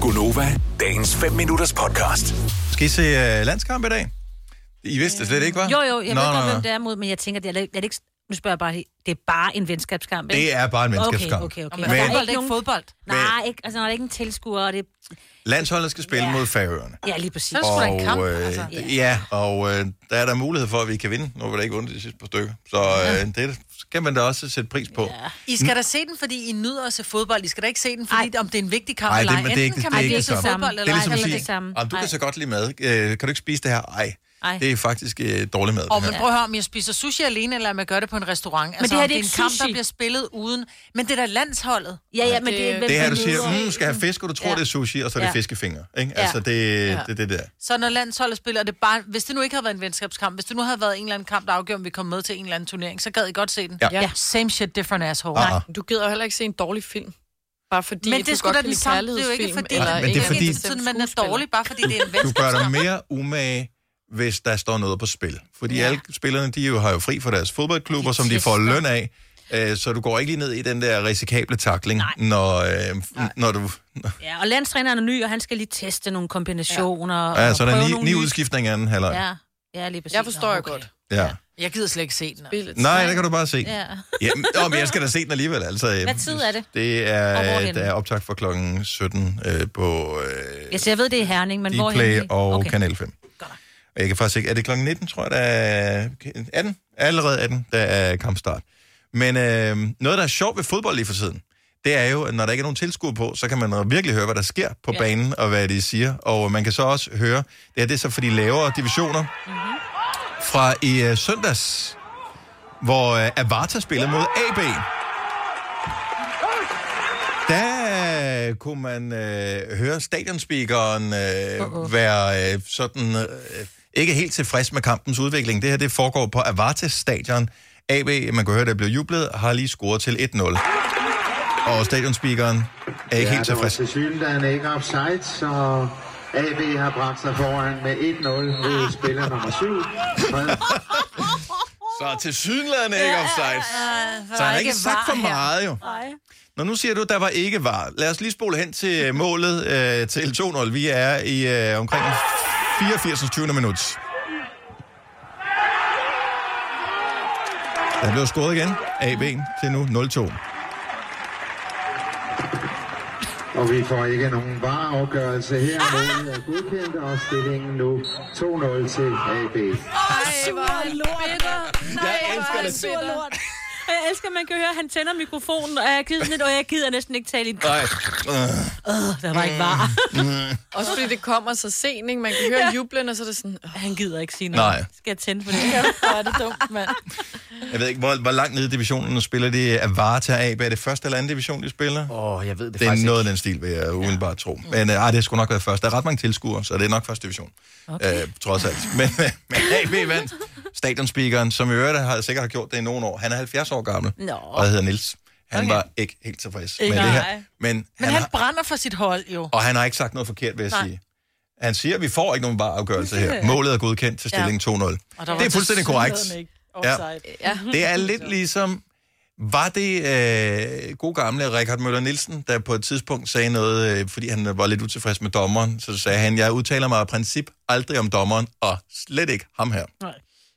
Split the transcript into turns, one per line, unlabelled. Gunova, dagens 5 minutters podcast.
Skal I se uh, landskamp i dag? I vidste det slet ikke, var?
Jo, jo, jeg nå, ved godt, hvem det er mod, men jeg tænker, det er, er det ikke... Nu spørger jeg bare, lige, det er bare en venskabskamp, ikke?
Det er bare en venskabskamp.
Okay, okay, okay.
Men- Fodbold
Og der er ikke nogen...
fodbold.
Nej, ikke, altså, når der er ikke en tilskuer, og det...
Landsholdet skal spille
Ja.
mod Færøerne.
Ja, lige præcis.
Så- sgu da en kamp,
øh,
altså.
d- Ja, og øh, der er der mulighed for, at vi kan vinde. Nu har vi da ikke vundet de sidste par stykker. Så øh, det skal man da også sætte pris på.
I skal da se den, fordi I nyder at se fodbold. I skal da ikke se den, fordi Ej. om det er en vigtig kamp
Ej,
eller
det- men det er ikke-
kan
det er
man
ikke
ikke
det
se
samme.
fodbold
Det
eller
er ligesom
ej,
at
eller
det
sige,
samme.
"Jamen, du kan
Ej.
så godt lide mad. Øh, kan du ikke spise det her? Ej,
Ej.
det er faktisk øh, dårlig mad.
Og
det
man
her.
prøver at høre, om jeg spiser sushi alene, eller om jeg gør det på en restaurant. Men altså,
det her,
om
det er
en
ikke
kamp,
sushi.
der bliver spillet uden... Men det er da landsholdet.
Ja, ja, men det er... hvem
Det her, du
man
siger,
møder.
mm, skal have fisk, og du tror,
Ja.
det er sushi, og så er det
Ja.
fiskefingre. Ikke? Altså, det, det er det der.
Så når landsholdet spiller, og det er bare... Hvis det nu ikke havde været en venskabskamp, hvis det nu havde været en eller anden kamp, der afgjorde, om vi kom med til en eller anden turnering, så gad I godt se den.
Ja.
Ja.
Same shit, different asshole.
Ah, ah.
Nej.
Du gider jo heller ikke se en dårlig film. Bare fordi,
Men
at
det er
du
sgu
godt
da
kan
den
lide
samme. Det er jo ikke
kærlighedsfilm
fordi,
eller
Men det er
en
fordi-
bestemt
fordi... man er
skuespiller.
dårlig, bare fordi det er en
du
venskabskamp.
gør dig mere umage, hvis der står noget på spil. Fordi ja. alle spillerne, de jo har jo fri for deres fodboldklubber, som de får løn af. Øh, Så du går ikke lige ned i den der risikable takling, når, øh, når du...
Ja, og landstræneren er ny, og han skal lige teste nogle kombinationer. Ja. Og
Ja, så er
prøve
der ni,
nogle
ni
nye-
udskiftninger i anden halvleg. Ja.
Ja, ja, lige præcis.
Jeg forstår
Nå,
jo
okay.
godt.
ja.
Jeg gider slet ikke se den.
Spillet.
Nej, det kan du bare se. Ja.
Ja.
Jamen, åh, men jeg skal da se den alligevel. Altså, øh,
Hvad tid er det?
Det
Og
er,
hvorhenne?
der er optag for klokken 17 øh, på øh,
Jeg, jeg ved, det er Herning, men hvor
Dplay og okay.
okay.
Kanal 5. Og jeg kan faktisk ikke... Er det klokken 19, tror jeg, der er... 18? Allerede 18, der er kampstart. Men øh, noget, der er sjovt ved fodbold lige for tiden, det er jo, at når der ikke er nogen tilskuer på, så kan man virkelig høre, hvad der sker på ja. banen, og hvad de siger. Og man kan så også høre, det er det er så for de lavere divisioner, mm-hmm.
Mhm.
fra i øh, søndags, hvor øh, Avarta spillede mod AB. Der øh, kunne man øh, høre stadionspeakeren øh, uh-uh. være øh, sådan øh, ikke helt tilfreds med kampens udvikling. Det her det foregår på Avartes stadion. AB, man kan høre, der blev jublet, har lige scoret til 1-0. Og stadionspeakeren er ikke ja, helt tilfreds.
Ja, der var ikke offside, så AB har bragt sig foran med 1-0 ved spiller nummer 7.
Så til synlædende ikke offside. Så han har ikke sagt for meget, jo. Nå, nu siger du, der var ikke var. Lad os lige spole hen til øh, målet øh, til 2-0. Vi er i øh, omkring 84. 20. minut. Der blev scoret igen. AB til nu 0-2.
Og vi får ikke nogen vareafgørelse her. Målet er godkendt, og stillingen nu 2-0 til AB.
Nej, jeg elsker det. Sur lort. Og jeg elsker, at man kan høre, at han tænder mikrofonen, og jeg gider, lidt, og jeg gider næsten ikke tale i det.
Nej.
Der var ikke var.
Mm.
Også fordi det kommer så sent, ikke? Man kan høre jublen, og så er det sådan... "Åh,
Han gider ikke sige
Nej.
noget. Skal jeg tænde for det? Ja, er det dumt, mand.
Jeg ved ikke, hvor, hvor langt nede i divisionen spiller de Avarta AB. Er det første eller anden division, de spiller?
Åh, oh, jeg ved det,
Det er
faktisk
noget af
ikke.
den stil, vil jeg umiddelbart tro. Men øh, ej, det skulle nok være først. Der er ret mange tilskuere, så det er nok første division. Okay. Øh, trods alt. Men, øh, men AB vandt. Stadionspeakeren, som i øvrigt har, sikkert har gjort det i nogle år. Han er 70 år gammel
Nå.
og hedder Nils. Han okay. var ikke helt tilfreds
Ikke
med det her.
nej.
Men,
Men han brænder for sit hold, jo.
og han har ikke sagt noget forkert, vil jeg Nej. sige. Han siger, at vi får ikke nogen bare afgørelse her. Målet er godkendt til stilling 2-0.
Og der var
Det er fuldstændig korrekt.
tilsyneladende ikke
Ja.
offside.
Ja.
Det er lidt ligesom, var det øh, god gamle Richard Møller Nielsen, der på et tidspunkt sagde noget, øh, fordi han var lidt utilfreds med dommeren, så sagde han, jeg udtaler mig af princip aldrig om dommeren, og slet ikke ham her.